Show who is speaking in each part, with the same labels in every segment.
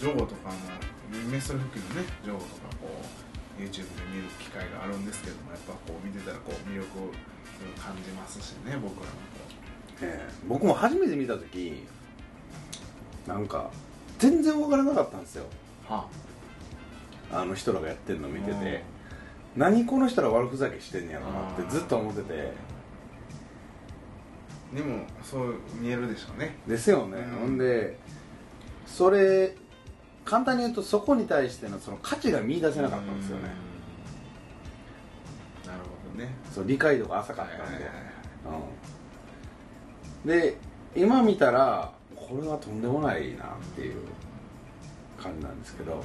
Speaker 1: ジョーとかもメストル復帰のねジョーとかこう YouTube で見る機会があるんですけどもやっぱこう見てたらこう魅力を感じますしね僕らもこう
Speaker 2: えー僕も初めて見た時なんか全然分からなかったんですよ
Speaker 1: は
Speaker 2: あの人らがやってるの見てて何この人ら悪ふざけしてんねやろなってずっと思ってて
Speaker 1: でもそう見えるでしょうね
Speaker 2: ですよね、
Speaker 1: うん
Speaker 2: ほんでそれ簡単に言うとそこに対してのその価値が見出せなかったんですよね
Speaker 1: うんなるほどね
Speaker 2: そう理解度が浅かったんで、
Speaker 1: はいはいはい
Speaker 2: うん、で今見たらこれはとんでもないなっていう感じなんですけど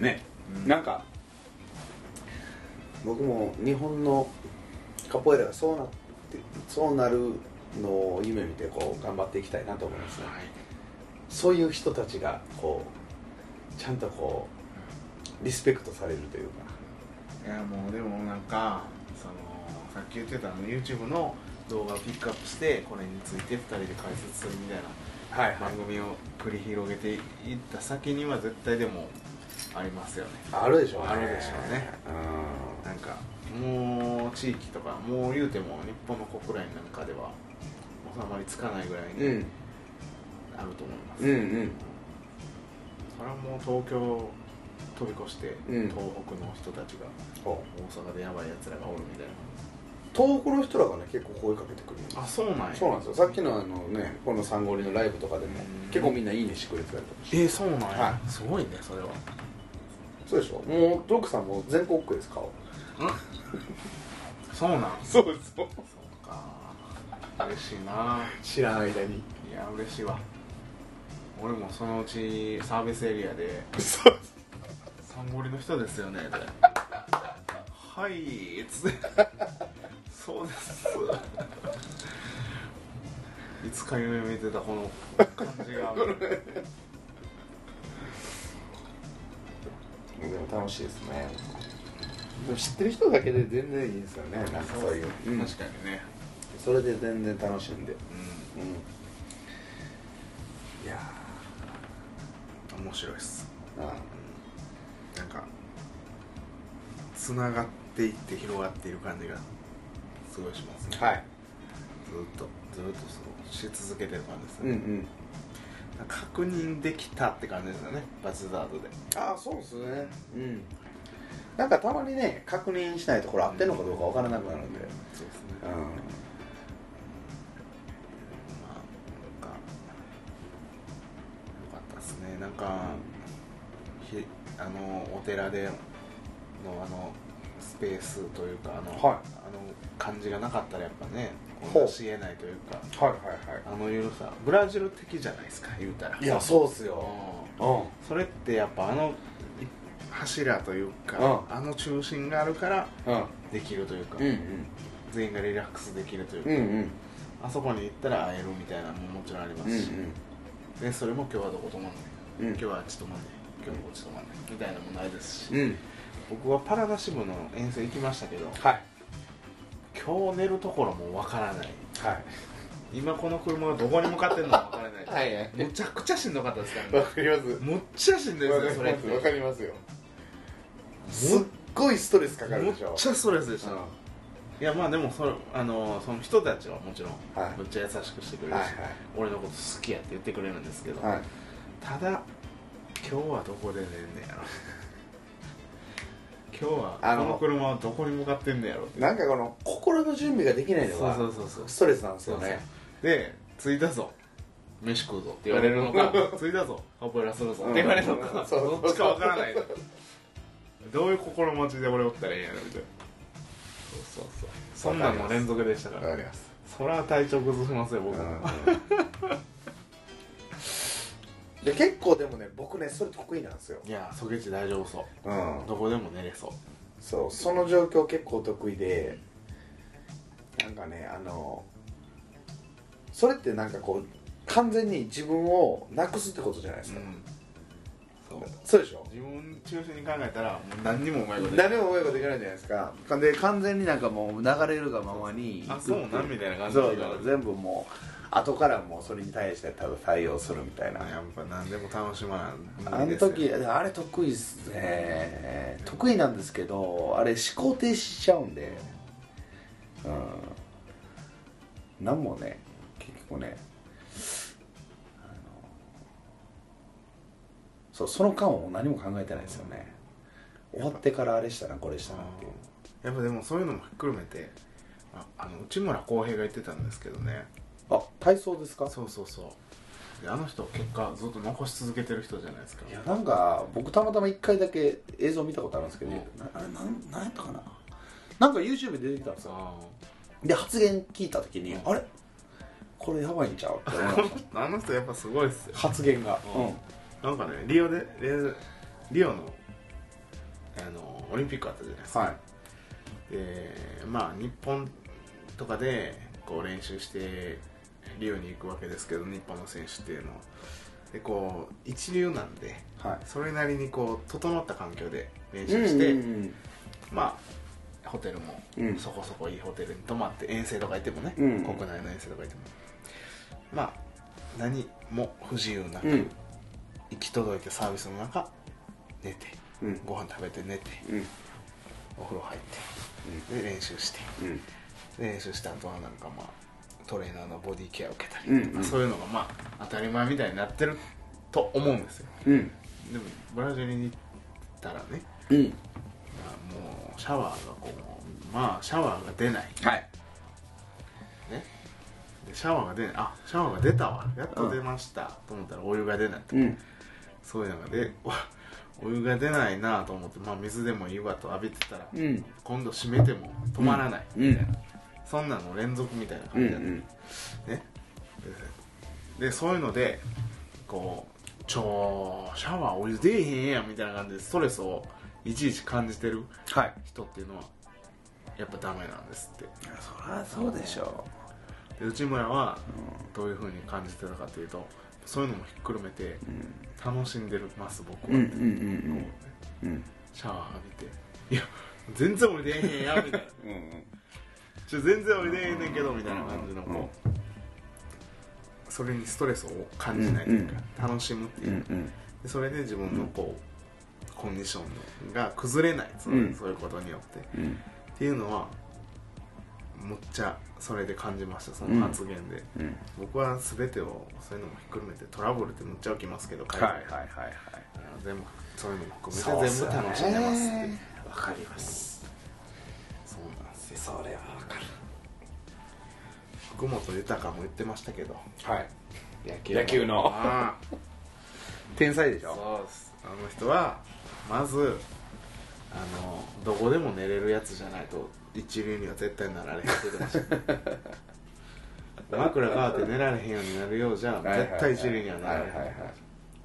Speaker 2: ね、
Speaker 1: うん
Speaker 2: なんか僕も日本のカポエラがそうなってそうなるのを夢見てこう頑張っていきたいなと思いますね
Speaker 1: はい
Speaker 2: そういう人たちがこうちゃんとこうリスペクトされるというか
Speaker 1: いやもうでもなんかそのさっき言ってたあの YouTube の動画をピックアップしてこれについて2人で解説するみたいな
Speaker 2: はい
Speaker 1: 番組を繰り広げていった先には絶対でもありますよね
Speaker 2: あるでしょうね
Speaker 1: あるでしょうねなんかもう地域とかもう言うても日本の国内なんかでは収まりつかないぐらい
Speaker 2: うん、
Speaker 1: に
Speaker 2: うん、
Speaker 1: あると思います、
Speaker 2: うんうん
Speaker 1: それはもう東京を飛び越して、
Speaker 2: うん
Speaker 1: 東北の人たちが
Speaker 2: こう
Speaker 1: 大阪でやばいやつらがおるみたい
Speaker 2: 東北の人らがね結構声かけてくる
Speaker 1: なあそうなんや
Speaker 2: そうなんですよさっきのあのねこの三五里のライブとかでも
Speaker 1: うん
Speaker 2: 結構みんないいねしてくれてたりとかして
Speaker 1: えー、そうなんや、
Speaker 2: は
Speaker 1: すごいねそれは
Speaker 2: そうでしょもうドクさんも全国区です顔
Speaker 1: そうなん
Speaker 2: そうです
Speaker 1: そうか嬉しいな
Speaker 2: 知らん間に
Speaker 1: いや嬉しいわ俺もそのうちサービスエリアで
Speaker 2: そう
Speaker 1: 「サンゴリの人ですよね」ではい」つって「そうです」いつか夢見てたこの感じが
Speaker 2: でも楽しいですねでも知ってる人だけで全然いいですよねなんかそういう、うん
Speaker 1: 確かにね
Speaker 2: それで全然楽しんで
Speaker 1: う
Speaker 2: うんいや
Speaker 1: ん面白いっす
Speaker 2: ーあ
Speaker 1: なんかつながっていって広がっている感じがすごいしますね、
Speaker 2: はい
Speaker 1: ずーっとずーっとそうし続けてる感じです
Speaker 2: うんう
Speaker 1: ね、
Speaker 2: ん
Speaker 1: 確認できたって感じですよねバズザードで
Speaker 2: ああそうですねうんなんかたまにね確認しないとこれ合ってんのかどうかわからなくなるんで
Speaker 1: そうですね
Speaker 2: う
Speaker 1: ま
Speaker 2: ん
Speaker 1: あなんかよかったですねなんか、ひあのお寺でのあのスペースというかあの、
Speaker 2: はい
Speaker 1: あの感じがなかったらやっぱね
Speaker 2: ほう
Speaker 1: こうし得ないというか
Speaker 2: はいはいは
Speaker 1: あの緩さブラジル的じゃないですか言うたら
Speaker 2: いやそうっす
Speaker 1: う
Speaker 2: よ
Speaker 1: ん
Speaker 2: うん
Speaker 1: それってやっぱあのい柱というか、
Speaker 2: う
Speaker 1: あの中心があるから
Speaker 2: うん
Speaker 1: できるというか、
Speaker 2: うん
Speaker 1: 全員がリラックスできるというか、
Speaker 2: うんうん
Speaker 1: あそこに行ったら会えるみたいなのももちろんありま
Speaker 2: うん
Speaker 1: すし、でそれも今日はどこ泊まんない、
Speaker 2: うん
Speaker 1: 今日はあっち泊まんない今日はこっち泊まんないみたいなのもないですし、
Speaker 2: うん
Speaker 1: 僕はパラダ支部の遠征行きましたけど
Speaker 2: はい
Speaker 1: 今日寝るところもわからない
Speaker 2: は
Speaker 1: 今この車がどこに向かってるのもわからない、
Speaker 2: はいはい
Speaker 1: むちゃくちゃしんどかったですから
Speaker 2: い
Speaker 1: ね
Speaker 2: かります
Speaker 1: むっちゃしんどいですよそれって
Speaker 2: わかりますよす
Speaker 1: す
Speaker 2: っ
Speaker 1: っ
Speaker 2: ごいストレスかかる
Speaker 1: むっ
Speaker 2: でしょ
Speaker 1: ちゃストレスでした、いやまあでもそのあのその人たちはもちろん、
Speaker 2: はい
Speaker 1: むっちゃ優しくしてくれるし、
Speaker 2: はい
Speaker 1: 俺のこと好きやって言ってくれるんですけど、
Speaker 2: はいはい
Speaker 1: ただ今日はどこで寝んねやろ 今日は
Speaker 2: あ
Speaker 1: こ
Speaker 2: の
Speaker 1: の車はどこに向かってんねやろって
Speaker 2: なんかこの心の準備ができないの
Speaker 1: そうそう
Speaker 2: が
Speaker 1: そうそう
Speaker 2: ストレスなんですよ
Speaker 1: そう
Speaker 2: ね
Speaker 1: そうで着いたぞ飯食うぞって言われるのか 着いたぞカポエラするぞって言われるの
Speaker 2: う
Speaker 1: か
Speaker 2: んそうそうそう
Speaker 1: どっちかわからないどういう心持ちで俺おったらええんやろみたいなそうそうそうそんなんの連続でしたから
Speaker 2: わかります
Speaker 1: それは体調崩しますよ僕も
Speaker 2: で結構でもね僕ねそれ得意なんですよ
Speaker 1: いやソゲチ大丈夫そう
Speaker 2: うん
Speaker 1: どこでも寝れそう
Speaker 2: そうその状況結構得意でなんかねあのそれってなんかこう完全に自分をなくすってことじゃないですか、
Speaker 1: んそう
Speaker 2: そうでしょ
Speaker 1: 自分中心に考えたらもう何にもうまいこと
Speaker 2: 何もうまいこといかないじゃないですかで完全になんかもう流れるがままに
Speaker 1: あそうなんみたいな感じ
Speaker 2: そうだから全部もう後からもうそれに対して多分対応するみたいな
Speaker 1: やっぱ何でも楽しまない
Speaker 2: あの時あれ得意っすね得意なんですけどあれ思考停止しちゃうんでうんなんもね結局ねあのそうその間を何も考えてないですよね終わってからあれしたなこれしたなっていう
Speaker 1: やっぱでもそういうのもひっくるめてああの内村航平が言ってたんですけどね
Speaker 2: あ体操ですか
Speaker 1: そうそうそうであの人結果ずっと残し続けてる人じゃないですか
Speaker 2: いやなんか僕たまたま1回だけ映像見たことあるんですけど、
Speaker 1: うん
Speaker 2: なあれなんなんやったかななんか YouTube で出てきたんですよ
Speaker 1: さ
Speaker 2: で発言聞いた時に、
Speaker 1: うん
Speaker 2: あれこれやばいんちゃうって思いまし
Speaker 1: ああの人やっぱすごいっすよ
Speaker 2: た 発言が、
Speaker 1: うんなんかねリオでリオリオのあのオリンピックあったじゃないですか、
Speaker 2: はい
Speaker 1: でまあ日本とかでこう練習してリオに行くわけですけど日本の選手っていうのはでこう一流なんで
Speaker 2: はい
Speaker 1: それなりにこう整った環境で練習して、
Speaker 2: うんうん
Speaker 1: まあホテルも
Speaker 2: うん
Speaker 1: そこそこいいホテルに泊まって遠征とかいてもね、
Speaker 2: うん
Speaker 1: 国内の遠征とかいてもまあ何も不自由なく、
Speaker 2: うんうん
Speaker 1: 行き届いてサービスの中寝て
Speaker 2: うん
Speaker 1: ご飯食べて寝て
Speaker 2: うん
Speaker 1: お風呂入ってで練習して
Speaker 2: うん
Speaker 1: で練習した後はなんかまあトレーナーのボディケアを受けたりとか、
Speaker 2: うんうん
Speaker 1: そういうのがまあ当たり前みたいになってると思うんですよ
Speaker 2: うん
Speaker 1: でもブラジルに行ったらね
Speaker 2: うん
Speaker 1: まあもうシャワーがこうまあシャワーが出ない
Speaker 2: はい
Speaker 1: ねでシャワーが出ないあシャワーが出たわやっと出ました、と思ったらお湯が出ないと、
Speaker 2: うん
Speaker 1: そういうのがでおお湯が出ないなと思って、まあ、水でもいいわと浴びてたら、
Speaker 2: うん
Speaker 1: 今度閉めても止まらない
Speaker 2: うん
Speaker 1: みたいな、そんなの連続みたいな
Speaker 2: う
Speaker 1: 感
Speaker 2: んう
Speaker 1: じだった、
Speaker 2: ん
Speaker 1: ねででそういうのでこうちょシャワーお湯出えへんやんみたいな感じでストレスをいちいち感じてる
Speaker 2: はい
Speaker 1: 人っていうのはやっぱダメなんですって
Speaker 2: いやそりゃそうでしょ
Speaker 1: で内村はどういうふうに感じてたかというとそういうのもひっくるめて
Speaker 2: う
Speaker 1: 楽しんでます僕
Speaker 2: う
Speaker 1: は
Speaker 2: んう
Speaker 1: っ
Speaker 2: ん
Speaker 1: て、
Speaker 2: うん
Speaker 1: こうね
Speaker 2: うんうん
Speaker 1: シャワー浴びて「いや全然俺出えへんや」みたいな
Speaker 2: うん
Speaker 1: 「ちょ全然俺出えへんねんけど」みたいな感じのこうそれにストレスを感じないというか楽しむっていううん
Speaker 2: うん
Speaker 1: でそれで自分のこうコンディションが崩れないそう
Speaker 2: うん
Speaker 1: そういうことによってっ
Speaker 2: うん
Speaker 1: ていうのはむっちゃそれで感じましたその発言で
Speaker 2: うん
Speaker 1: 僕は全てをそういうのもひっくるめてトラブルってむっちゃ起きますけど
Speaker 2: はい
Speaker 1: 海
Speaker 2: は
Speaker 1: 外
Speaker 2: いはいはい
Speaker 1: 全部そういうのも含めて全部楽しんでますって
Speaker 2: わかります
Speaker 1: そうなんですよ
Speaker 2: それはわかる
Speaker 1: 福本豊も言ってましたけど
Speaker 2: はい
Speaker 1: 野
Speaker 2: 野球の
Speaker 1: ああ
Speaker 2: 天才でしょ
Speaker 1: そうですあの人はまずあのどこでも寝れるやつじゃないと一流には絶対なられへんって言ってま した枕があって寝られへんようになるようじゃ絶対一流にはなられへん、
Speaker 2: はいはいはい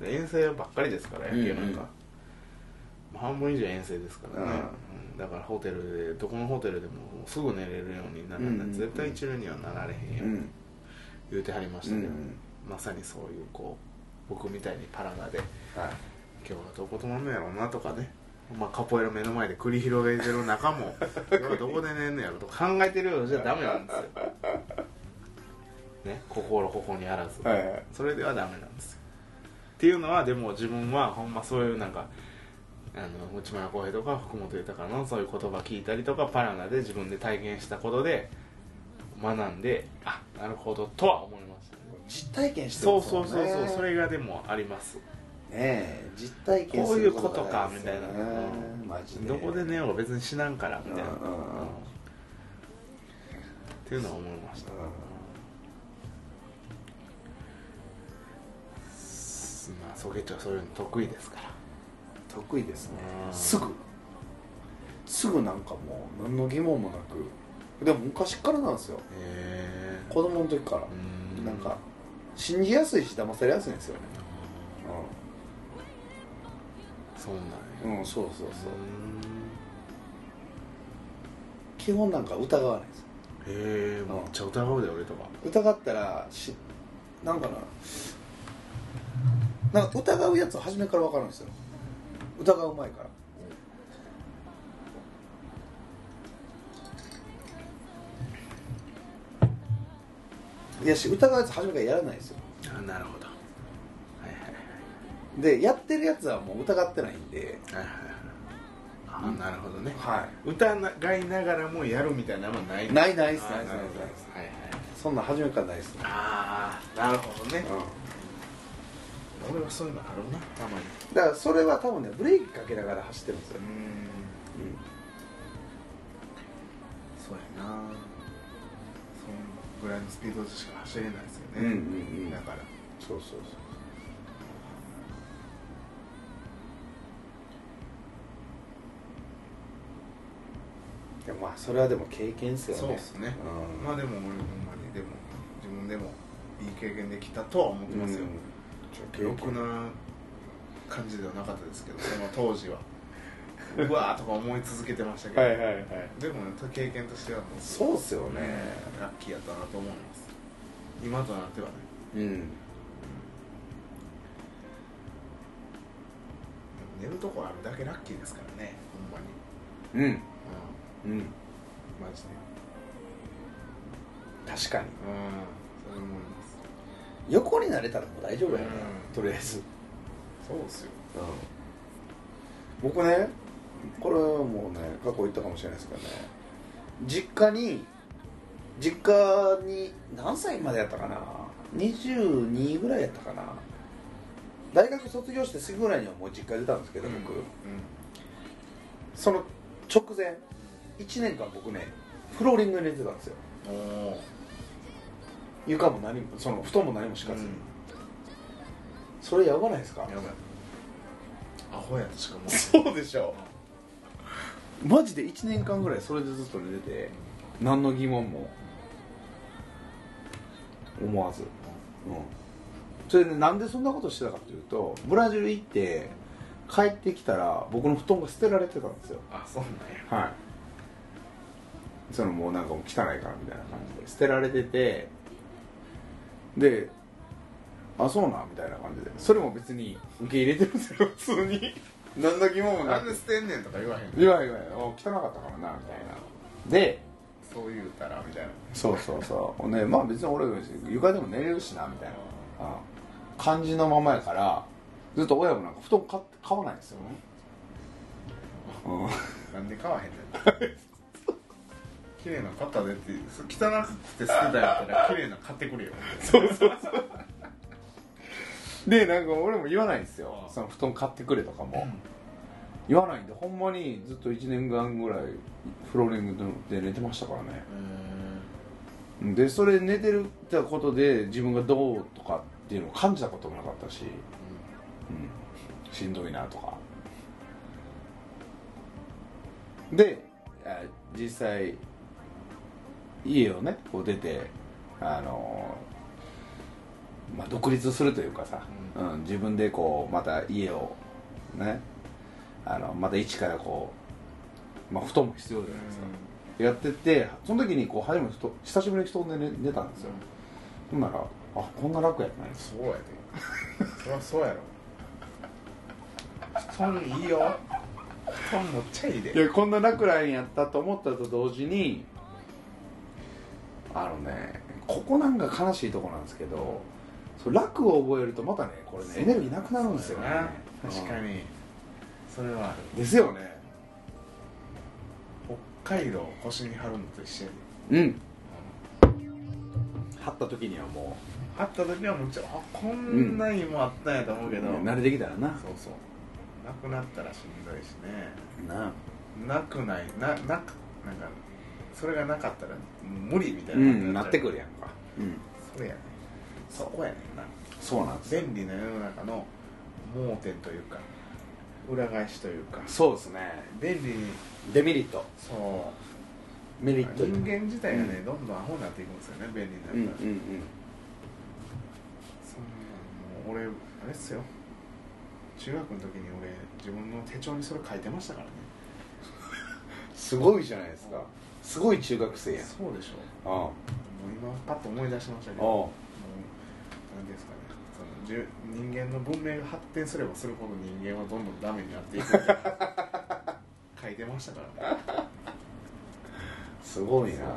Speaker 1: で遠征ばっかりですから野球なんか、
Speaker 2: う
Speaker 1: も
Speaker 2: ん
Speaker 1: う半分以上遠征ですからね、
Speaker 2: う
Speaker 1: うんだからホテルでどこのホテルでももうすぐ寝れるようにならない、
Speaker 2: うんうんうん
Speaker 1: 絶対一流にはなられへんよ、
Speaker 2: うん
Speaker 1: 言うてはりましたけど、
Speaker 2: うんうん
Speaker 1: まさにそういうこう僕みたいにパラナで
Speaker 2: はい
Speaker 1: 今日はどこ泊まんのやろうなとかね、まあ、カポエラ目の前で繰り広げてる中 も今日はどこで寝んのやろうとか考えてるようじゃダメなんですよね心ここにあらず、
Speaker 2: はいはい
Speaker 1: それではダメなんですよっていうのはでも自分はほんまそういうなんかあの内村航平とか福本豊のそういう言葉聞いたりとかパラナで自分で体験したことで学んであなるほどとは思いましたね
Speaker 2: 実体験して
Speaker 1: そ
Speaker 2: ま
Speaker 1: う
Speaker 2: す
Speaker 1: そ
Speaker 2: もん
Speaker 1: う
Speaker 2: ね
Speaker 1: そうそうそ
Speaker 2: ね
Speaker 1: れがでもあります
Speaker 2: え実体験
Speaker 1: こういうことか
Speaker 2: す
Speaker 1: み
Speaker 2: る
Speaker 1: たいな、
Speaker 2: ですよねマジで
Speaker 1: どこで寝ようが別に死なんからみたいな、
Speaker 2: うんうんうん
Speaker 1: っていうのは思いました、すまあソゲッチはそういうの得意ですから
Speaker 2: 得意ですね
Speaker 1: うん
Speaker 2: すぐすぐなんかもう何の疑問もなくでも昔からなんですよ
Speaker 1: へ
Speaker 2: 子供の時から
Speaker 1: え
Speaker 2: なんか信じやすいし騙されやすいんですよね
Speaker 1: そうなんや
Speaker 2: うん、うん、そうそうそうう
Speaker 1: ー
Speaker 2: 基本なんか疑わないです
Speaker 1: んへえめっちゃ疑うで俺とか
Speaker 2: 疑ったらしなんかななんか疑うやつは初めから分かるんですよ疑う前からいやし疑うやつ初めからやらないですよ
Speaker 1: あなるほどはいは
Speaker 2: でやってるやつはもう疑ってないんで
Speaker 1: いはいはいはいはいあなるほどね
Speaker 2: は
Speaker 1: 疑いながらもやるみたいなのはない
Speaker 2: ないないっす
Speaker 1: あー
Speaker 2: ないっす
Speaker 1: なるほど
Speaker 2: ないっす
Speaker 1: はいはい
Speaker 2: いそんなん初めからないですね、
Speaker 1: ああなるほどね
Speaker 2: う
Speaker 1: 俺はそういうのあるなたまに
Speaker 2: ん、だからそれは多分ねブレーキかけながら走ってるんですよ、
Speaker 1: ん
Speaker 2: うん
Speaker 1: そうやなそんぐらいのスピードでしか走れないですよね
Speaker 2: うんうんうん
Speaker 1: だから
Speaker 2: そうそうそうでもまあそれはでも経験ですよね
Speaker 1: そうっすね
Speaker 2: うん
Speaker 1: まあでも俺ほんまにでも自分でもいい経験できたとは思ってますよ、
Speaker 2: うん
Speaker 1: 良くな感じではなかったですけどその当時 はうわーとか思い続けてましたけど、
Speaker 2: はいはいはい
Speaker 1: でも、ね、経験としてはもう
Speaker 2: そうっすよね
Speaker 1: ラッキーやったなと思います今となってはね
Speaker 2: うん
Speaker 1: でも寝るとこあるだけラッキーですからねほんまに、
Speaker 2: うん
Speaker 1: う
Speaker 2: うん
Speaker 1: ん、マジで
Speaker 2: 確かに
Speaker 1: うんそれ思います
Speaker 2: 横になれたらもう大丈夫やな、
Speaker 1: うん
Speaker 2: とりあえず、
Speaker 1: そうですよ
Speaker 2: 僕ねこれはもうね過去言ったかもしれないですけどね実家に実家に何歳までやったかな22ぐらいやったかな大学卒業してすぐぐらいにはもう実家出たんですけど僕、
Speaker 1: うん
Speaker 2: その直前1年間僕ねフローリングに寝てたんですよ
Speaker 1: うんおお
Speaker 2: 床も何もその布団も何も敷
Speaker 1: 近
Speaker 2: か
Speaker 1: づ
Speaker 2: ず、
Speaker 1: い
Speaker 2: それやばないですか
Speaker 1: やばいアホやとしか思う
Speaker 2: そうでしょマジで1年間ぐらいそれでずっと寝てて何の疑問も思わず、うん、それでなんでそんなことしてたかというとブラジル行って帰ってきたら僕の布団が捨てられてたんですよ
Speaker 1: あそうなんや
Speaker 2: はいそのもうなんかもう汚いからみたいな感じで捨てられててであそうなんみたいな感じでそれも別に受け入れてるんですよ 普通に何の疑問もな
Speaker 1: なん
Speaker 2: く
Speaker 1: で捨てんねんとか言わへんの
Speaker 2: いやいやいや汚かったからなみたいなで
Speaker 1: そう言うたらみたいな
Speaker 2: そうそうそうねまあ別に俺床でも寝れるしなみたいなうん感じのままやからずっと親もなんか布団買って買わないんですよね、うん、
Speaker 1: なんで買わへんねん綺麗なの買ったでってそ汚くて捨てたんやったら綺麗なの買ってくれよ
Speaker 2: そうそうそうでなんか俺も言わないんですよ
Speaker 1: うん
Speaker 2: その布団買ってくれとかも言わないんでほんまにずっと1年間ぐらいフローリングで寝てましたからね
Speaker 1: うん
Speaker 2: でそれ寝てるってことで自分がどうとかっていうのを感じたこともなかったし、うん、しんどいなとかであ実際家をねこう出てあのまあ独立するというかさ、
Speaker 1: う
Speaker 2: うん自分でこうまた家をねあのまた一からこう、まあ、布団も必要じゃないですか、やっててその時にこう初めて布団久しぶりに布団で寝寝たんですよ、ほんならあこんな楽やったんです
Speaker 1: そうやでそりゃそうやろ布団いいよ布団もっちゃいいで
Speaker 2: いやこんな楽なんやったと思ったと同時にあのねここなんか悲しいとこなんですけどそう楽を覚えるとまたねこれねエネルギーなくなるんですよね
Speaker 1: 確か
Speaker 2: に
Speaker 1: にそれはある
Speaker 2: ですよね
Speaker 1: 北海道を腰に張るのと一緒やで
Speaker 2: うん張った時にはも
Speaker 1: 張った時はもちろんあこんなにもあったんやと思う
Speaker 2: う、
Speaker 1: けど、
Speaker 2: 慣れてきたらな
Speaker 1: そうそうなくなったらしんどいしね
Speaker 2: な
Speaker 1: なくないななくなんかそれがなかったらもう無理みたいうな、
Speaker 2: んなってくるやんかうん
Speaker 1: それやねそこやねんな
Speaker 2: そうなんですよ
Speaker 1: 便利な世の中の盲点というか裏返しというか
Speaker 2: そうですね
Speaker 1: 便利に
Speaker 2: デメリット
Speaker 1: そ
Speaker 2: メ
Speaker 1: う
Speaker 2: リ
Speaker 1: 人
Speaker 2: ット
Speaker 1: 間自体がね、
Speaker 2: う
Speaker 1: どんどんアホになっていくんですよね便利になったら、
Speaker 2: うんうんうん
Speaker 1: そんなのもう俺あれっすよ中学の時に俺自分の手帳にそれ書いてましたからね
Speaker 2: すごいじゃないですかすごい中学生やん
Speaker 1: そうでしょ
Speaker 2: あ
Speaker 1: もう今パッと思い出しましたけど
Speaker 2: あ
Speaker 1: もう何ですかねそのじゅ人間の文明が発展すればするほど人間はどんどんダメになってい くんだ書いてましたからね
Speaker 2: すごいな
Speaker 1: そう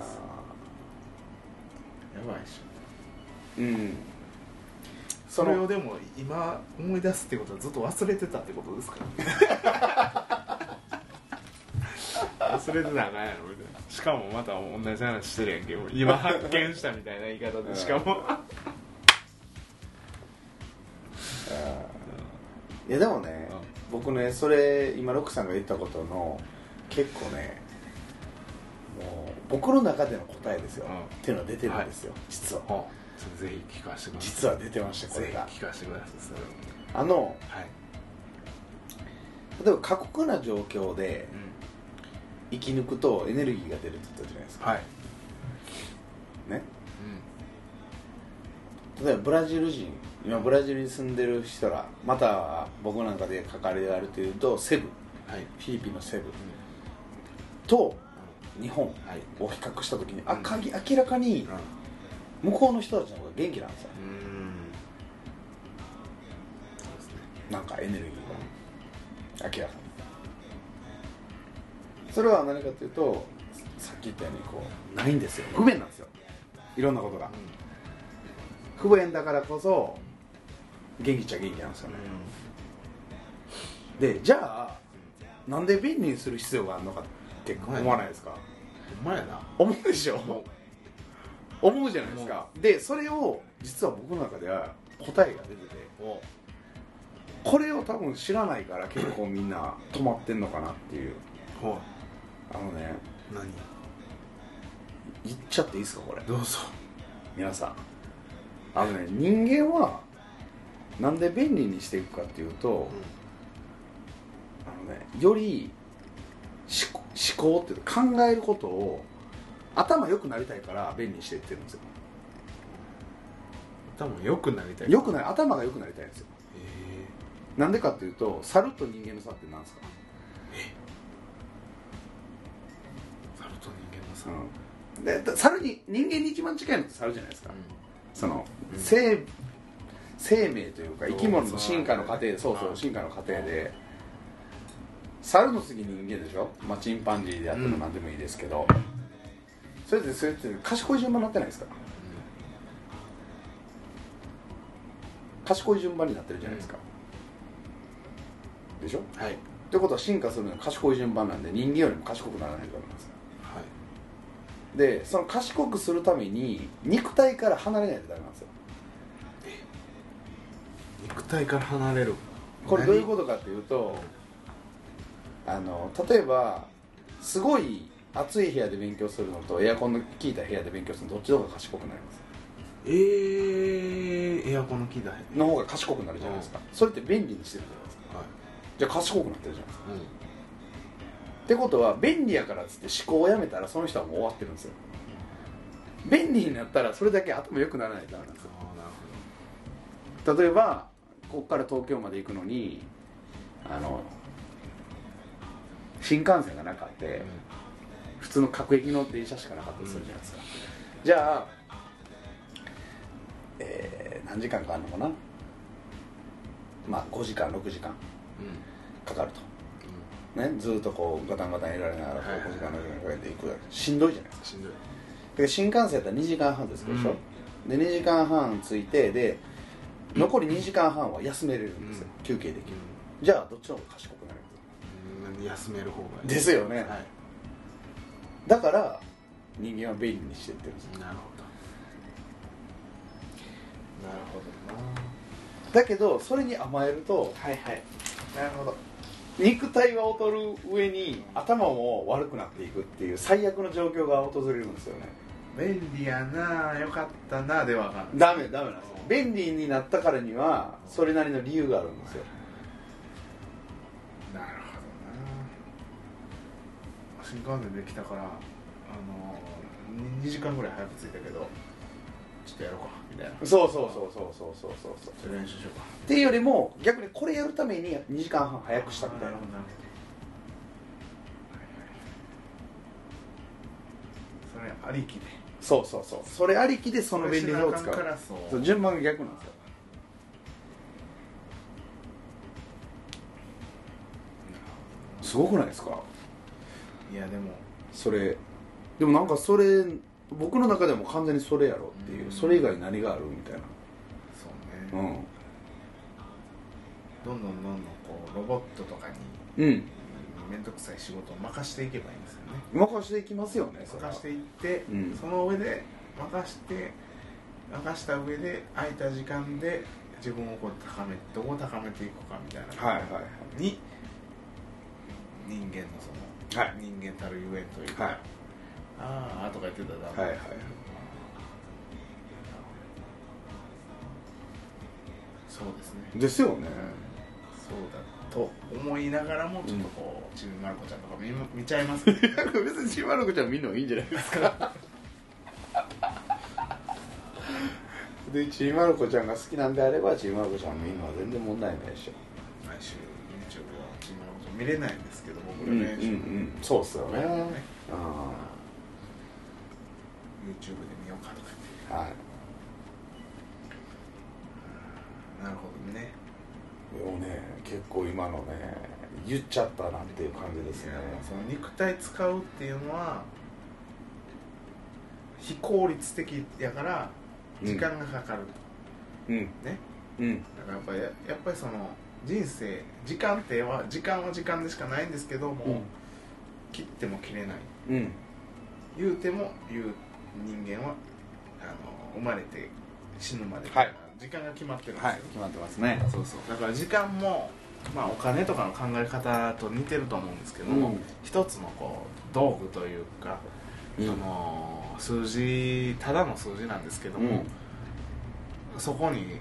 Speaker 1: やばいっしょ
Speaker 2: うん
Speaker 1: そ
Speaker 2: そ
Speaker 1: れ
Speaker 2: の
Speaker 1: をでも今思い出すってことはずっと忘れてたってことですから忘れてたらあかんやろみたいなしかもまた同じ話してるやんけ今発見したみたいな言い方でしかも
Speaker 2: いやでもね
Speaker 1: うん
Speaker 2: 僕ねそれ今ロックさんが言ったことの結構ねもう僕の中での答えですよ、
Speaker 1: うん
Speaker 2: っていうのは出てるんですよ、実は
Speaker 1: あそれぜひ聞かせてください
Speaker 2: 実は出てましたこれ
Speaker 1: ぜ
Speaker 2: が
Speaker 1: ひ聞かせてくださいそれ
Speaker 2: あの
Speaker 1: はい、
Speaker 2: 例えば過酷な状況で
Speaker 1: う
Speaker 2: 生き抜くとエネルギーが出るって言ったじゃないです
Speaker 1: ん、
Speaker 2: か、
Speaker 1: はい、
Speaker 2: ね例えばブラジル人今ブラジルに住んでる人らまたは僕なんかで書かれてあるというとセブ
Speaker 1: うん、はい、
Speaker 2: フィリピンのセブ
Speaker 1: う
Speaker 2: と日本
Speaker 1: ん、はい、
Speaker 2: を比較した時に、あかぎ明らかに向こうの人たちの方が元気なんですよ
Speaker 1: うん、うん、そうですね、
Speaker 2: なんかエネルギーが明らかにそれは何かというとさっき言ったようにこうないんですよ不便なんですよいろんなことが不便だからこそ元気っちゃ元気なんですよねでじゃあなんで便利にする必要があるのかって思わないですか、
Speaker 1: うん、ほんまやな、
Speaker 2: 思うでしょ
Speaker 1: も
Speaker 2: 思うじゃないですかでそれを実は僕の中では答えが出てて
Speaker 1: う、お、
Speaker 2: これを多分知らないから結構みんな止まってんのかなっていう
Speaker 1: ほ
Speaker 2: あのね
Speaker 1: う、何、
Speaker 2: 言っちゃっていいですかこれ
Speaker 1: どうぞ、
Speaker 2: 皆さんあのね人間はなんで便利にしていくかっていうと、あのねより思考思考っていうか考えることを頭良くなりたいから便利にしていってるんですよ
Speaker 1: 多分良くなりたい、
Speaker 2: 良くない頭が良くなりたいんですよなんでかっていうと猿と人間の差って何ですか、
Speaker 1: えー、猿と人間の差、
Speaker 2: うん、でだ猿に人間に一番近いのって猿じゃないですか、その、
Speaker 1: うん
Speaker 2: 生生命というか
Speaker 1: そう
Speaker 2: 生き物の進化の過程
Speaker 1: そ
Speaker 2: そうう
Speaker 1: だね
Speaker 2: そううん進化の過程で猿の次人間でしょ、まあ、チンパンジーであって
Speaker 1: う
Speaker 2: も
Speaker 1: ん
Speaker 2: 何でもいいですけど、それでそれって賢い順番になってないですか賢い順番になってるじゃないですか、でしょっ
Speaker 1: うん、はい、はい、
Speaker 2: てことは進化するのは賢い順番なんで人間よりも賢くならないとダメなんですよでその賢くするために肉体から離れないとダメなんですよ
Speaker 1: 肉体から離れる、
Speaker 2: これどういうことかっていうとあの例えばすごい暑い部屋で勉強するのとエアコンの効いた部屋で勉強するのどっちの方が賢くなります
Speaker 1: と、えー、エアコンの機材、はい、
Speaker 2: の方が賢くなるじゃないですか、それって便利にしてるじゃないですかじゃあ賢くなってるじゃないですか
Speaker 1: うん、
Speaker 2: ってことは便利やからっつって思考をやめたらその人はもう終わってるんですよ便利になったらそれだけ頭良くならないとダメなんです
Speaker 1: そう
Speaker 2: よ
Speaker 1: なるほ
Speaker 2: 例えばここから東京まで行くのにあの新幹線がなかった、
Speaker 1: ど、
Speaker 2: 普通の各駅の電車しかなかったりするじゃないですか、じゃあ、えー何時間かあるのかなまあ5時間6時間
Speaker 1: うん、うん、
Speaker 2: かかるとねずっとこうガタンガタンいられながらこ
Speaker 1: はいはいう
Speaker 2: 5時間6時間かけていくしんどいじゃないです
Speaker 1: うん、しんどい、
Speaker 2: かで新幹線やったら2時間半ですけどでしょ、で2時間半着いてで残り2時間半は休めれるんですよ、
Speaker 1: う
Speaker 2: 休憩できるじゃあどっちの方が賢くなる
Speaker 1: うん、うん、休める方がいい
Speaker 2: ですよね
Speaker 1: はい
Speaker 2: だから人間は便利にしていってるんです
Speaker 1: なるほどなるほどな
Speaker 2: だけどそれに甘えると
Speaker 1: はいはいなるほど
Speaker 2: 肉体は劣る上に頭も悪くなっていくっていう最悪の状況が訪れるんですよね
Speaker 1: 便利やなよかったなではあかん
Speaker 2: ダメダメなんですよ便利になったからにはそれなりの理由があるんですよ
Speaker 1: なるほどな新幹線できたからあの2時間ぐらい早く着いたけどちょっとやろうかみたいな
Speaker 2: そうそうそうそうそうそうそうそう
Speaker 1: ちょっと練習しようか
Speaker 2: っていうよりも逆にこれやるために2時間半早くしたみたいな
Speaker 1: るほどなるほどはいはいそれありきで
Speaker 2: そうそうそうそれありきでその便利さを使
Speaker 1: それしなあかんか
Speaker 2: う
Speaker 1: らそう
Speaker 2: そう順番が逆なんですよごくないですか
Speaker 1: いやでも
Speaker 2: それでもなんかそれ僕の中でも完全にそれやろっていう、
Speaker 1: うん
Speaker 2: それ以外に何があるみたいな
Speaker 1: そう
Speaker 2: う
Speaker 1: ね、
Speaker 2: ん
Speaker 1: どんどんどんどんこうロボットとかに
Speaker 2: うん
Speaker 1: 面倒くさい仕事を任していけばいいんですよね
Speaker 2: 任していきますよねそれは
Speaker 1: 任していって、
Speaker 2: うん
Speaker 1: その上で任して任した上で空いた時間で自分をこう高めどこを高めていくかみたいな、
Speaker 2: はいはいはい
Speaker 1: に人間のその、
Speaker 2: はい
Speaker 1: 人間たるゆえんというか、
Speaker 2: はい
Speaker 1: ああとか言ってたらダメ、
Speaker 2: はいはい
Speaker 1: そうですね
Speaker 2: ですよね
Speaker 1: そうだと思いながらもちょっとこう、ちびまる子ちゃんとか見見ちゃいますけど
Speaker 2: 別にしばらくちゃん見るのいいんじゃないですか でちびまる子ちゃんが好きなんであればちびまる子ちゃん見るのは全然問題ないでしょ
Speaker 1: 毎週 YouTube はちびまる子ちゃん見れないんですけど僕らね、
Speaker 2: そうっすよね
Speaker 1: ね
Speaker 2: うんは
Speaker 1: YouTube で見ようかとか言って
Speaker 2: い
Speaker 1: なるほどね
Speaker 2: でもね結構今のね言っちゃったなっていう感じですね
Speaker 1: その肉体使うっていうのは非効率的やから時間がかかる、
Speaker 2: うん
Speaker 1: ね
Speaker 2: うん
Speaker 1: だからやっぱりやっぱりその人生時間っては時間は時間でしかないんですけども、
Speaker 2: うん
Speaker 1: 切っても切れない
Speaker 2: うん
Speaker 1: 言うても言う人間はあの生まれて死ぬまで、
Speaker 2: はい
Speaker 1: 時間が決まってるんですよ、
Speaker 2: はい決まってますね
Speaker 1: そうそうだから時間も、まあ、お金とかの考え方と似てると思うんですけども、
Speaker 2: うん
Speaker 1: 一つのこう道具というか、
Speaker 2: うん
Speaker 1: その数字ただの数字なんですけども、そこに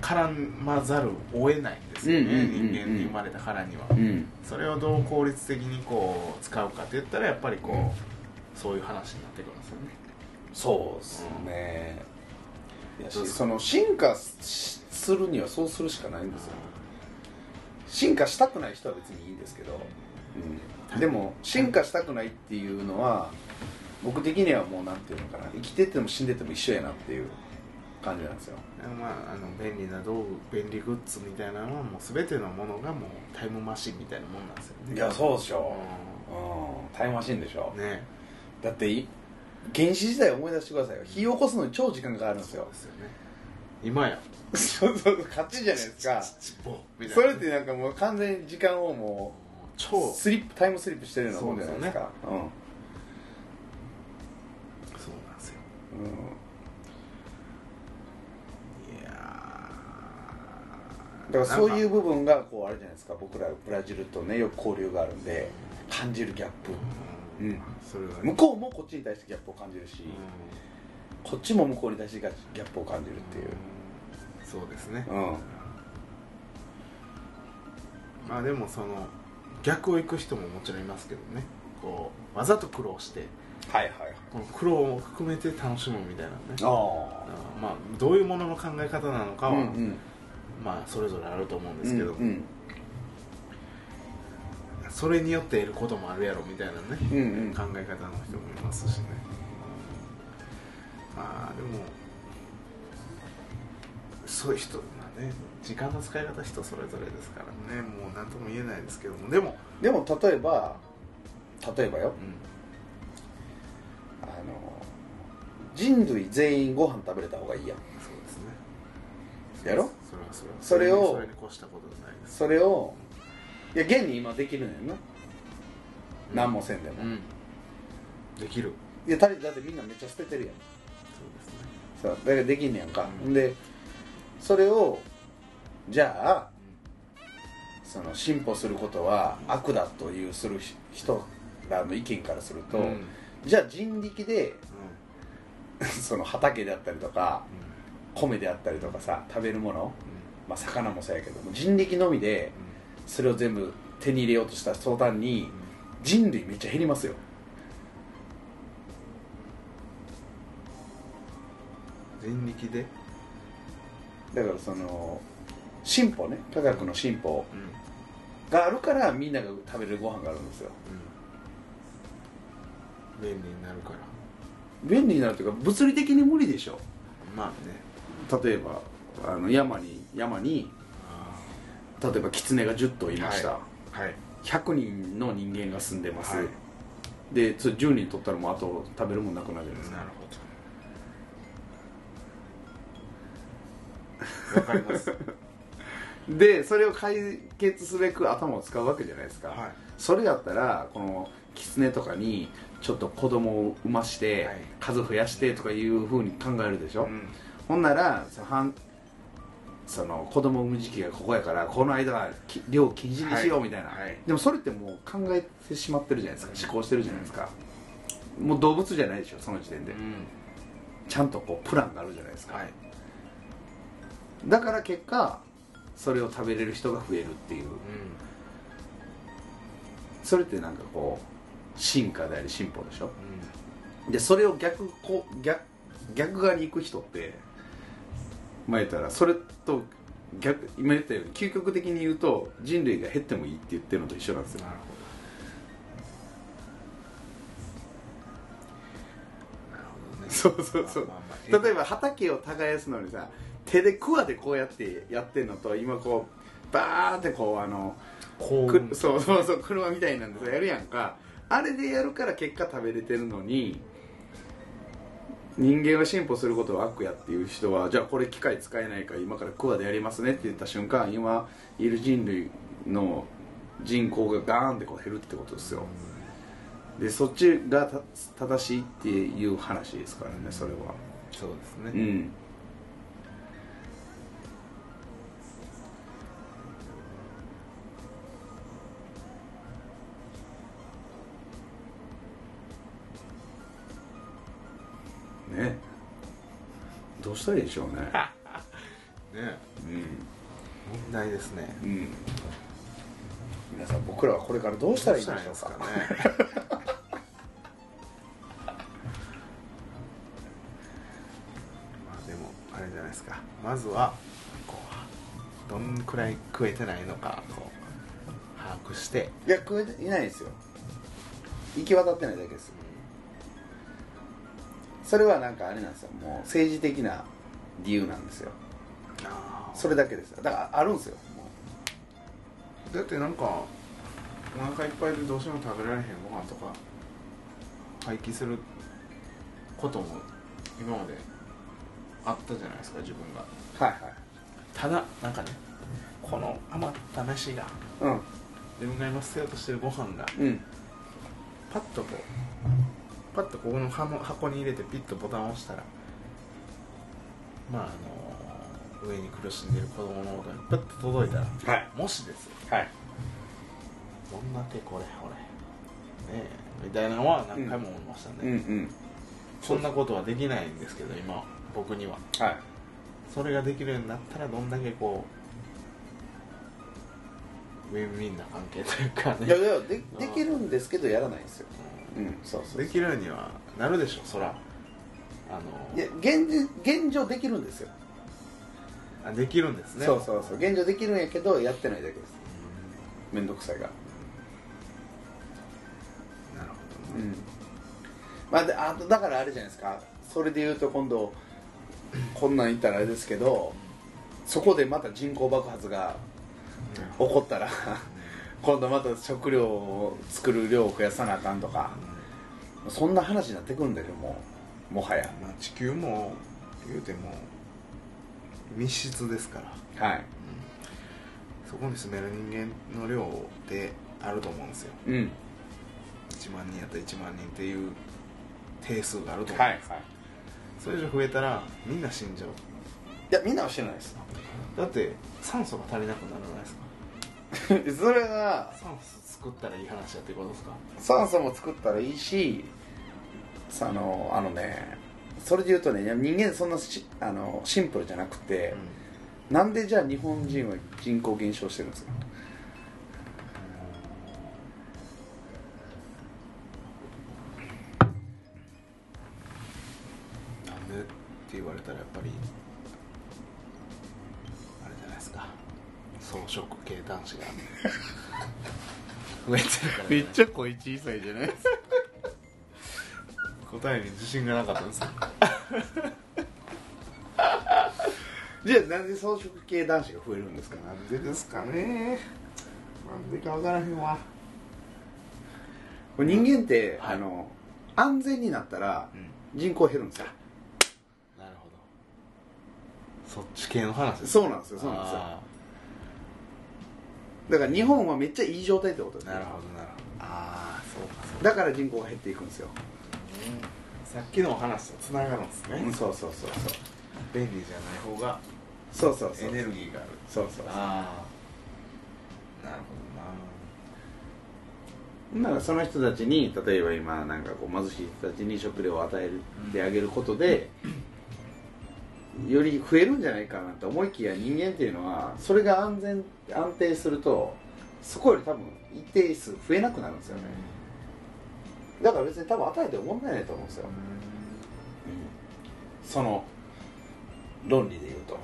Speaker 1: 絡まざるを得ないんですよね、
Speaker 2: うんうんうんうん
Speaker 1: 人間に生まれたからには、
Speaker 2: うん
Speaker 1: それをどう効率的にこう使うかって言ったらやっぱりこう、そういう話になってくるんですよね
Speaker 2: そうっすねいや
Speaker 1: そう
Speaker 2: し
Speaker 1: っす
Speaker 2: その進化しするにはそうするしかないんですよ進化したくない人は別にいいんですけど、うん、でも進化したくないっていうのは僕的にはもうなんていうのかな生きてても死んでても一緒やなっていう感じなんですよ
Speaker 1: まあ、あの便利な道具便利グッズみたいなのはもう全てのものがもうタイムマシンみたいなもんなんですよね
Speaker 2: そうでし
Speaker 1: う
Speaker 2: ょ
Speaker 1: ん
Speaker 2: うんタイムマシンでしょ
Speaker 1: ね
Speaker 2: だってい原始時代を思い出してくださいよ火起こすのに超時間かかるんです
Speaker 1: そう
Speaker 2: よ
Speaker 1: ですよね今や
Speaker 2: そうそう勝ちじゃないですか
Speaker 1: ちっぽみたい
Speaker 2: そ
Speaker 1: な
Speaker 2: れってなんかもう完全に時間をもう
Speaker 1: 超
Speaker 2: スリップタイムスリップしてるようなもんじゃないですかう
Speaker 1: そうなんですよ
Speaker 2: ん、うん、
Speaker 1: いや
Speaker 2: だからそういうう部分がこうあれじゃないですか僕らブラジルとねよく交流があるんで感じるギャップうん
Speaker 1: それは
Speaker 2: 向
Speaker 1: ね
Speaker 2: こうもこっちに対してギャップを感じるし、
Speaker 1: うん
Speaker 2: こっちも向こうに対してギャップを感じるっていう
Speaker 1: そうですね
Speaker 2: うん
Speaker 1: まあでもその逆を行く人ももちろんいますけどねこうわざと苦労して
Speaker 2: はいはいはい
Speaker 1: この苦労を含めて楽しむみたいなね
Speaker 2: あ
Speaker 1: あまあどういうものの考え方なのか
Speaker 2: あ
Speaker 1: は、
Speaker 2: うんうん
Speaker 1: まあそれぞれあると思うん
Speaker 2: で
Speaker 1: ですけど、
Speaker 2: うん
Speaker 1: それによって得ることもあるやろみたいなね、
Speaker 2: うんうん
Speaker 1: 考え方の人もいますしねまあでもそういう人まあね時間の使い方人それぞれですからねもう何とも言えないですけどもでも、
Speaker 2: でも例えば例えばよあの人類全員ご飯食べれた方がいいや
Speaker 1: そう
Speaker 2: ん
Speaker 1: ですね
Speaker 2: やろ
Speaker 1: それはそれは
Speaker 2: それを
Speaker 1: それに越したことはないです
Speaker 2: それをいや現に今できるのよな、
Speaker 1: うん
Speaker 2: 何もせんでも、
Speaker 1: うんできる
Speaker 2: いや足りだってみんなめっちゃ捨ててるやん
Speaker 1: そうですね
Speaker 2: そうだからできんねやんか、
Speaker 1: うん
Speaker 2: でそれをじゃあその進歩することは悪だというするひ人らの意見からすると、
Speaker 1: うんうん
Speaker 2: じゃあ人力で その畑であったりとか米であったりとかさ食べるもの、まあ、魚もそうやけども人力のみでそれを全部手に入れようとした途端に
Speaker 1: うん
Speaker 2: 人類めっちゃ減りますよ
Speaker 1: 人力で、
Speaker 2: だからその進歩ね科学の進歩
Speaker 1: うんうん
Speaker 2: があるからみんなが食べれるご飯があるんですよ
Speaker 1: 便利になるから
Speaker 2: 便利になるというか物理的に無理でしょ
Speaker 1: まあね
Speaker 2: 例えばあの山に山に
Speaker 1: あ
Speaker 2: 例えばキツネが10頭いました、
Speaker 1: はい
Speaker 2: 100人の人間が住んでます、
Speaker 1: はい
Speaker 2: でそれ10人取ったらもうあと食べるもんなくなるじゃないですか
Speaker 1: なるほどわかり ます
Speaker 2: でそれを解決すべく頭を使うわけじゃないですか、
Speaker 1: はい
Speaker 2: それやったらこの狐とかにちょっと子供を産まして、
Speaker 1: はい
Speaker 2: 数増やしてとかいうふうに考えるでしょ、
Speaker 1: うん
Speaker 2: ほんならそのはんその子供を産む時期がここやからこの間はき量禁止にしようみたいな、
Speaker 1: はいはい
Speaker 2: でもそれってもう考えてしまってるじゃないですか思考してるじゃないですか、もう動物じゃないでしょその時点で、
Speaker 1: うん
Speaker 2: ちゃんとこうプランがあるじゃないですか、
Speaker 1: はい
Speaker 2: だから結果それを食べれる人が増えるっていう
Speaker 1: う
Speaker 2: それってなんかこう進化であり進歩でしょ
Speaker 1: んうん
Speaker 2: でそれを逆こう逆逆側に行く人ってまあ言ったらそれと逆今言ったように究極的に言うと人類が減ってもいいって言ってるのと一緒なんですよ
Speaker 1: なるほ
Speaker 2: そう
Speaker 1: ど
Speaker 2: そうそう
Speaker 1: まあまあまあ
Speaker 2: 例えば畑を耕すのにさ手でクワでこうやってやってんのと今こうバーってこうあの
Speaker 1: 幸
Speaker 2: く
Speaker 1: 運
Speaker 2: そうそうそう車みたいなんでさやるやんかあれでやるから結果食べれてるのに人間は進歩することは悪やっていう人はじゃあこれ機械使えないから今からクワでやりますねって言った瞬間今いる人類の人口がガーンってこう減るってことですよでそっちがた正しいっていう話ですからねそれは
Speaker 1: そうです
Speaker 2: う
Speaker 1: ね、
Speaker 2: んねどうしたらいいでしょうね
Speaker 1: ね
Speaker 2: う
Speaker 1: 問題ですね
Speaker 2: んうん
Speaker 3: 皆さん僕らはこれからどうしたらいいんでしょうか
Speaker 1: どうしたらいいんですかねまあでもあれじゃないですかまずはこうどんくらい食えてないのかこう把握して
Speaker 3: いや食えていないですよ行き渡ってないだけですそれはなんかあれなんですよもう政治的な理由なんですよ
Speaker 1: あ
Speaker 3: それだけですよだからあるんですよも
Speaker 1: だってなんかお腹いっぱいでどうしても食べられへんご飯とか廃棄することも今まであったじゃないですか自分が
Speaker 3: うはいはい
Speaker 1: ただなんかねこの余った飯が自分が今捨てようとしてるご飯が
Speaker 3: うんうん
Speaker 1: パッとこうパッとここの箱箱に入れてピッとボタンを押したらまああの上に苦しんでる子供の方がパッと届いたら
Speaker 3: はい
Speaker 1: もしですよ
Speaker 3: はい
Speaker 1: どんな手これほれねえみたいなのは何回も思いましたね、
Speaker 3: うんうん
Speaker 1: そんなことはできないんですけど今僕には
Speaker 3: はい
Speaker 1: それができるようになったらどんだけこうウィンウィンな関係というか
Speaker 3: いやい
Speaker 1: ね
Speaker 3: やでできるんですけどやらないんですよ
Speaker 1: う
Speaker 3: うんそうそ
Speaker 1: ん
Speaker 3: う
Speaker 1: できるようにはなるでしょそらあ
Speaker 3: いや
Speaker 1: の
Speaker 3: 現実現状できるんですよ、
Speaker 1: あできるんですね
Speaker 3: そうそうそう現状できるんやけどやってないだけです
Speaker 1: う
Speaker 3: めんどくさいが
Speaker 1: んなるほど
Speaker 3: う
Speaker 1: ね
Speaker 3: んまあ、であとだからあれじゃないですかそれで言うと今度こんなん言ったらあれですけどそこでまた人口爆発が
Speaker 1: なる
Speaker 3: 起
Speaker 1: ほ
Speaker 3: こったら 今度また食料を作る量を増やさなあかんとか
Speaker 1: どうん
Speaker 3: そんな話になってくるんだよもうもはや
Speaker 1: まあ地球も言うても密室ですから
Speaker 3: はい
Speaker 1: そこに住める人間の量ってあると思うんですよ
Speaker 3: うん
Speaker 1: 1万人やったら1万人っていう定数があると思う、
Speaker 3: はいはい
Speaker 1: それ以上増えたらみんな死んじゃう
Speaker 3: いやみんなは知らないです
Speaker 1: だって酸素が足りなくなるじゃないですか
Speaker 3: それが
Speaker 1: 酸素作ったらいい話やってことですか
Speaker 3: 酸素も作ったらいいしさあのあのねそれで言うとねいや人間そんなしあのシンプルじゃなくて、なんでじゃあ日本人は人口減少してるんですか
Speaker 1: なんでって言われたらやっぱりあれじゃないですか草食系男子が増えてるからじゃない
Speaker 2: ゃ小小さいじゃないですか
Speaker 1: 答えに自信がなかったんですよ
Speaker 3: じゃあなんで草食系男子が増えるんですか
Speaker 1: なんでですかねなんでかわからへんわ
Speaker 2: これ人間って、
Speaker 1: はい
Speaker 2: あの安全になったら
Speaker 1: うん
Speaker 2: 人口減るんですよ
Speaker 1: なるほどそっち系の話です
Speaker 2: そうなんですよそうなんですよだから日本はめっちゃいい状態ってことです
Speaker 1: なるほどなるほどああそうかそう
Speaker 2: だから人口が減っていくんですよ、
Speaker 1: かさっきのお話とつながるんですね、
Speaker 2: うんそうそうそうそう
Speaker 1: 便利じゃない方が
Speaker 2: そうそうそう
Speaker 1: エネルギーがある
Speaker 2: そうそうそ
Speaker 1: ああなる
Speaker 2: うだからその人たちに例えば今なんかこう貧しい人たちに食料を与えてあげることで、より増えるんじゃないかなって思いきや人間っていうのはそれが安全安定するとそこより多分一定数増えなくなるんですよね、だから別に多分与えても問題ないと思うんですよ、その論理で言うと
Speaker 1: ほ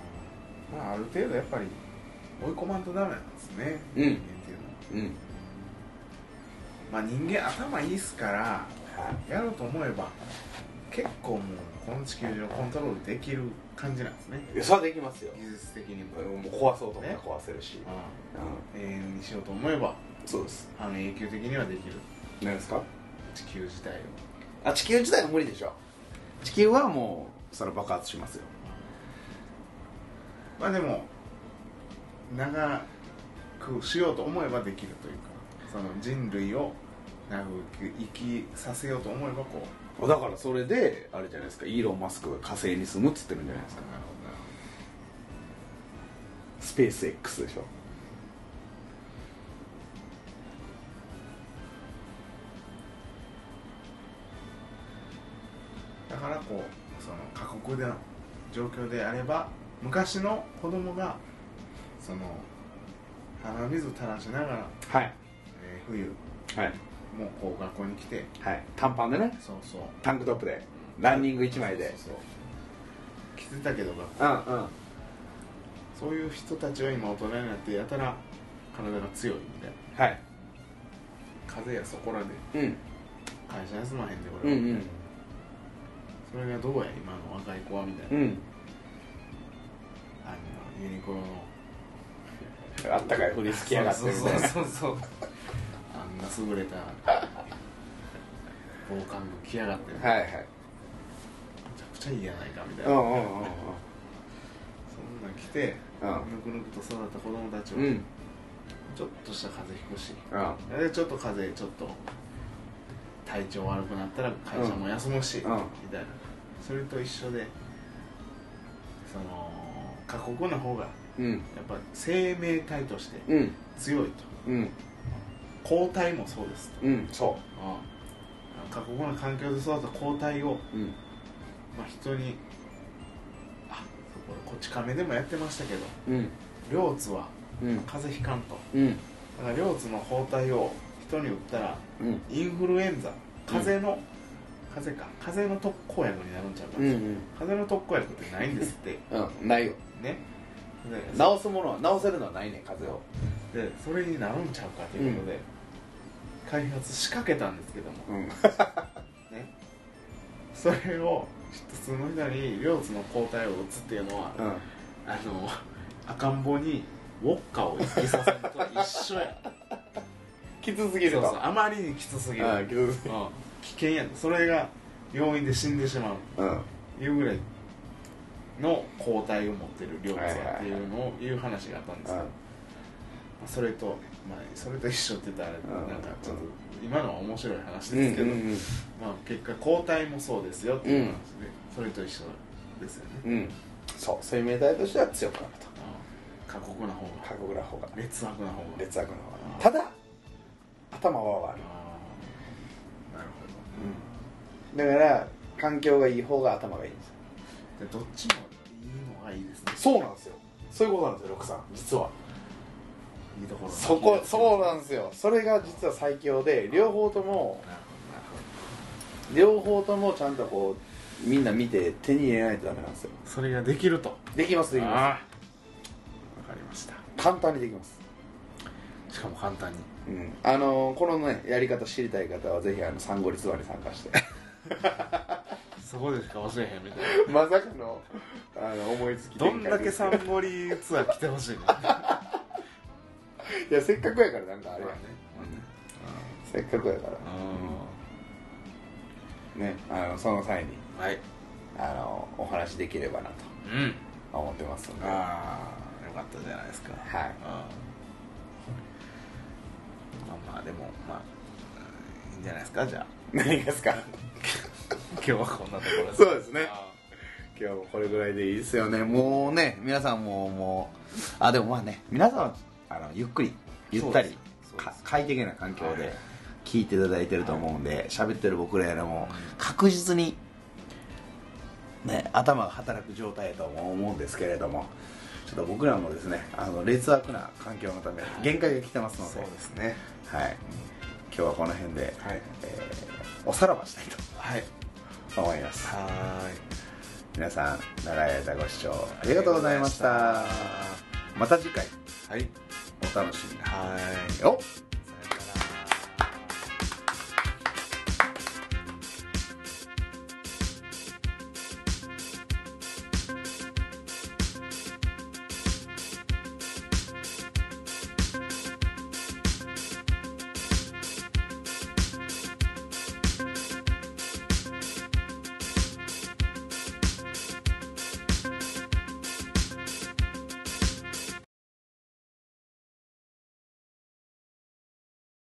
Speaker 1: どなまあある程度やっぱり追い込まんとダメなんですね
Speaker 2: うん
Speaker 1: 人間っていうのは
Speaker 2: うん
Speaker 1: まあ人間頭いいっすから
Speaker 2: はい
Speaker 1: やろうと思えば結構もうこの地球上コントロールできる感じなんですね
Speaker 2: それはできますよ
Speaker 1: 技術的にも
Speaker 2: もう壊そうと思ったら
Speaker 1: ね
Speaker 2: 壊せるし、
Speaker 1: うん
Speaker 2: う
Speaker 1: 永遠にしようと思えば
Speaker 2: ん、そうです
Speaker 1: あの永久的にはできる
Speaker 2: 何ですか
Speaker 1: 地球自体を
Speaker 2: あ地球自体が無理でしょ地球はもうそれ爆発しますよ
Speaker 1: まあでも長くしようと思えばできるというかその人類を長く生きさせようと思えばこう
Speaker 2: だからそれであれじゃないですかイーロン・マスクが火星に住むっつってるんじゃないですか
Speaker 1: なるほどな
Speaker 2: スペース X でしょ
Speaker 1: だからこうその過酷な状況であれば昔の子供がその鼻水垂らしながら、
Speaker 2: はい
Speaker 1: えー冬
Speaker 2: はい
Speaker 1: もうこう学校に来て
Speaker 2: はい短パンでね
Speaker 1: そうそう
Speaker 2: タンクトップでランニング1枚で
Speaker 1: そうそう来てたけどが
Speaker 2: うんうん
Speaker 1: そういう人たちは今大人になってやたら体が強いみたいな
Speaker 2: はい
Speaker 1: 風邪やそこらで
Speaker 2: うん
Speaker 1: 会社休まへんで
Speaker 2: う
Speaker 1: 俺
Speaker 2: ん
Speaker 1: は、
Speaker 2: うん
Speaker 1: それがどうや今の若い子はみたいな、
Speaker 2: うん
Speaker 1: あのユニクロの
Speaker 2: あったかい振り付きやがってみたいな
Speaker 1: そうそうそうそうあんな優れた防寒具着やがって、
Speaker 2: はい
Speaker 1: め
Speaker 2: はい
Speaker 1: ちゃくちゃいいやないかみたいうな、
Speaker 2: ん
Speaker 1: そん
Speaker 2: うんうん
Speaker 1: なん着て、
Speaker 2: うん
Speaker 1: ぬくぬくと育った子供たちは、
Speaker 2: うんうん
Speaker 1: ちょっとした風邪ひくし
Speaker 2: うん
Speaker 1: でちょっと風邪ちょっと体調悪くなったら会社も休むし、
Speaker 2: うんうん
Speaker 1: みたいなそれと一緒でその過酷な方がや
Speaker 2: うん
Speaker 1: っぱ生命体として
Speaker 2: うん
Speaker 1: 強いと
Speaker 2: うん
Speaker 1: 抗体もそうですと
Speaker 2: うんそ
Speaker 1: 過酷な環境で育った抗体を、
Speaker 2: ううん
Speaker 1: まあ、人にあそうこれこち亀でもやってましたけど
Speaker 2: うん
Speaker 1: 両津は
Speaker 2: うん
Speaker 1: 風邪ひかんと
Speaker 2: うん
Speaker 1: だから両津の抗体を人に打ったら
Speaker 2: うん
Speaker 1: インフルエンザ風邪の、風邪か風邪の特効薬になるんちゃうかな、
Speaker 2: うん
Speaker 1: 風邪の特効薬ってないんですって
Speaker 2: うんないよ
Speaker 1: ね
Speaker 2: 直すものは直せるのはないね風邪を
Speaker 1: ででそれになるんちゃうかということで、開発仕掛けたんですけども
Speaker 2: うん
Speaker 1: ねそれをちょっとその人に両津の抗体を打つっていうのは、
Speaker 2: うん
Speaker 1: あの赤ん坊にウォッカを生きさせると一緒や
Speaker 2: きつすぎ
Speaker 1: そう
Speaker 2: る
Speaker 1: そ
Speaker 2: と
Speaker 1: うあまりにきつすぎる、
Speaker 2: うんきつすぎる
Speaker 1: うん危険やそれが病院で死んでしまう
Speaker 2: うん
Speaker 1: いうぐらいの抗体を持ってる量差っていうのをいう話があったんですけど、まあそれと、まあ、それと一緒って言ったらあれ
Speaker 2: うん
Speaker 1: なんかちょっと今のは面白い話
Speaker 2: うんう
Speaker 1: ですけど、
Speaker 2: ん
Speaker 1: まあ、結果抗体もそうですよっていう話で、それと一緒ですよね、
Speaker 2: うんうんそう生命体としては強くなると
Speaker 1: うん過酷な方が
Speaker 2: 過酷な方が
Speaker 1: 劣悪な方が
Speaker 2: 劣悪な方がただ頭は悪い
Speaker 1: あーなるほ
Speaker 2: だから環境がいい方が頭がいいんですよ
Speaker 1: どでどっちもいいのがいいですね
Speaker 2: そうなんですよそういうことなんですよ六さん実はい
Speaker 1: いところ
Speaker 2: そこそうなんんですよそれが実は最強で両方とも
Speaker 1: なるほどなるほ
Speaker 2: 両方ともちゃんとこうみんな見て手に入れないとダメなんですよ
Speaker 1: どそれができると
Speaker 2: できますできま
Speaker 1: あーわかりました
Speaker 2: す簡単にできます
Speaker 1: しかも簡単に
Speaker 2: うんあのこのねやり方知りたい方はぜひあのサンゴリツアーに参加して
Speaker 1: そ こでしか忘れへんみたいな
Speaker 2: まさかのあの思いつき
Speaker 1: どんだけサ
Speaker 2: ん
Speaker 1: ンゴリツアー来て ほしいの
Speaker 2: いやせっかくやからなんかあ
Speaker 1: あ
Speaker 2: れやね、せっかくやからねあのその際に
Speaker 1: うんはい
Speaker 2: あのお話しできればな
Speaker 1: うん
Speaker 2: と思ってますんでは
Speaker 1: ああよかったじゃないですか
Speaker 2: はい
Speaker 1: うんまあまあでもまあうんいいんじゃないですかじゃあ
Speaker 2: い何がですか
Speaker 1: 今日はこんなところで
Speaker 4: そうですね
Speaker 1: あ
Speaker 4: 今日もこれぐらいでいいですよね
Speaker 2: もうね皆さんももうあでもまあね皆さんはあのゆっくりゆったり
Speaker 1: そうです
Speaker 2: か
Speaker 1: そ
Speaker 2: 快適な環境
Speaker 1: は
Speaker 2: で
Speaker 1: い
Speaker 2: 聞いていただいてると思うんで喋ってる僕らよりも確実にね頭が働く状態だとも思うんですけれどもちょっと僕らもですねあの劣悪な環境のため限界が来てますので
Speaker 1: そうですね
Speaker 2: はい今日はこの辺で、
Speaker 1: はい
Speaker 2: えーおさらばしたい
Speaker 1: はい
Speaker 2: と思います
Speaker 1: は
Speaker 2: 皆さん長い間ご視聴ありがとうございましたまた次回
Speaker 1: ーいはい
Speaker 2: お楽しみに
Speaker 1: はい
Speaker 2: お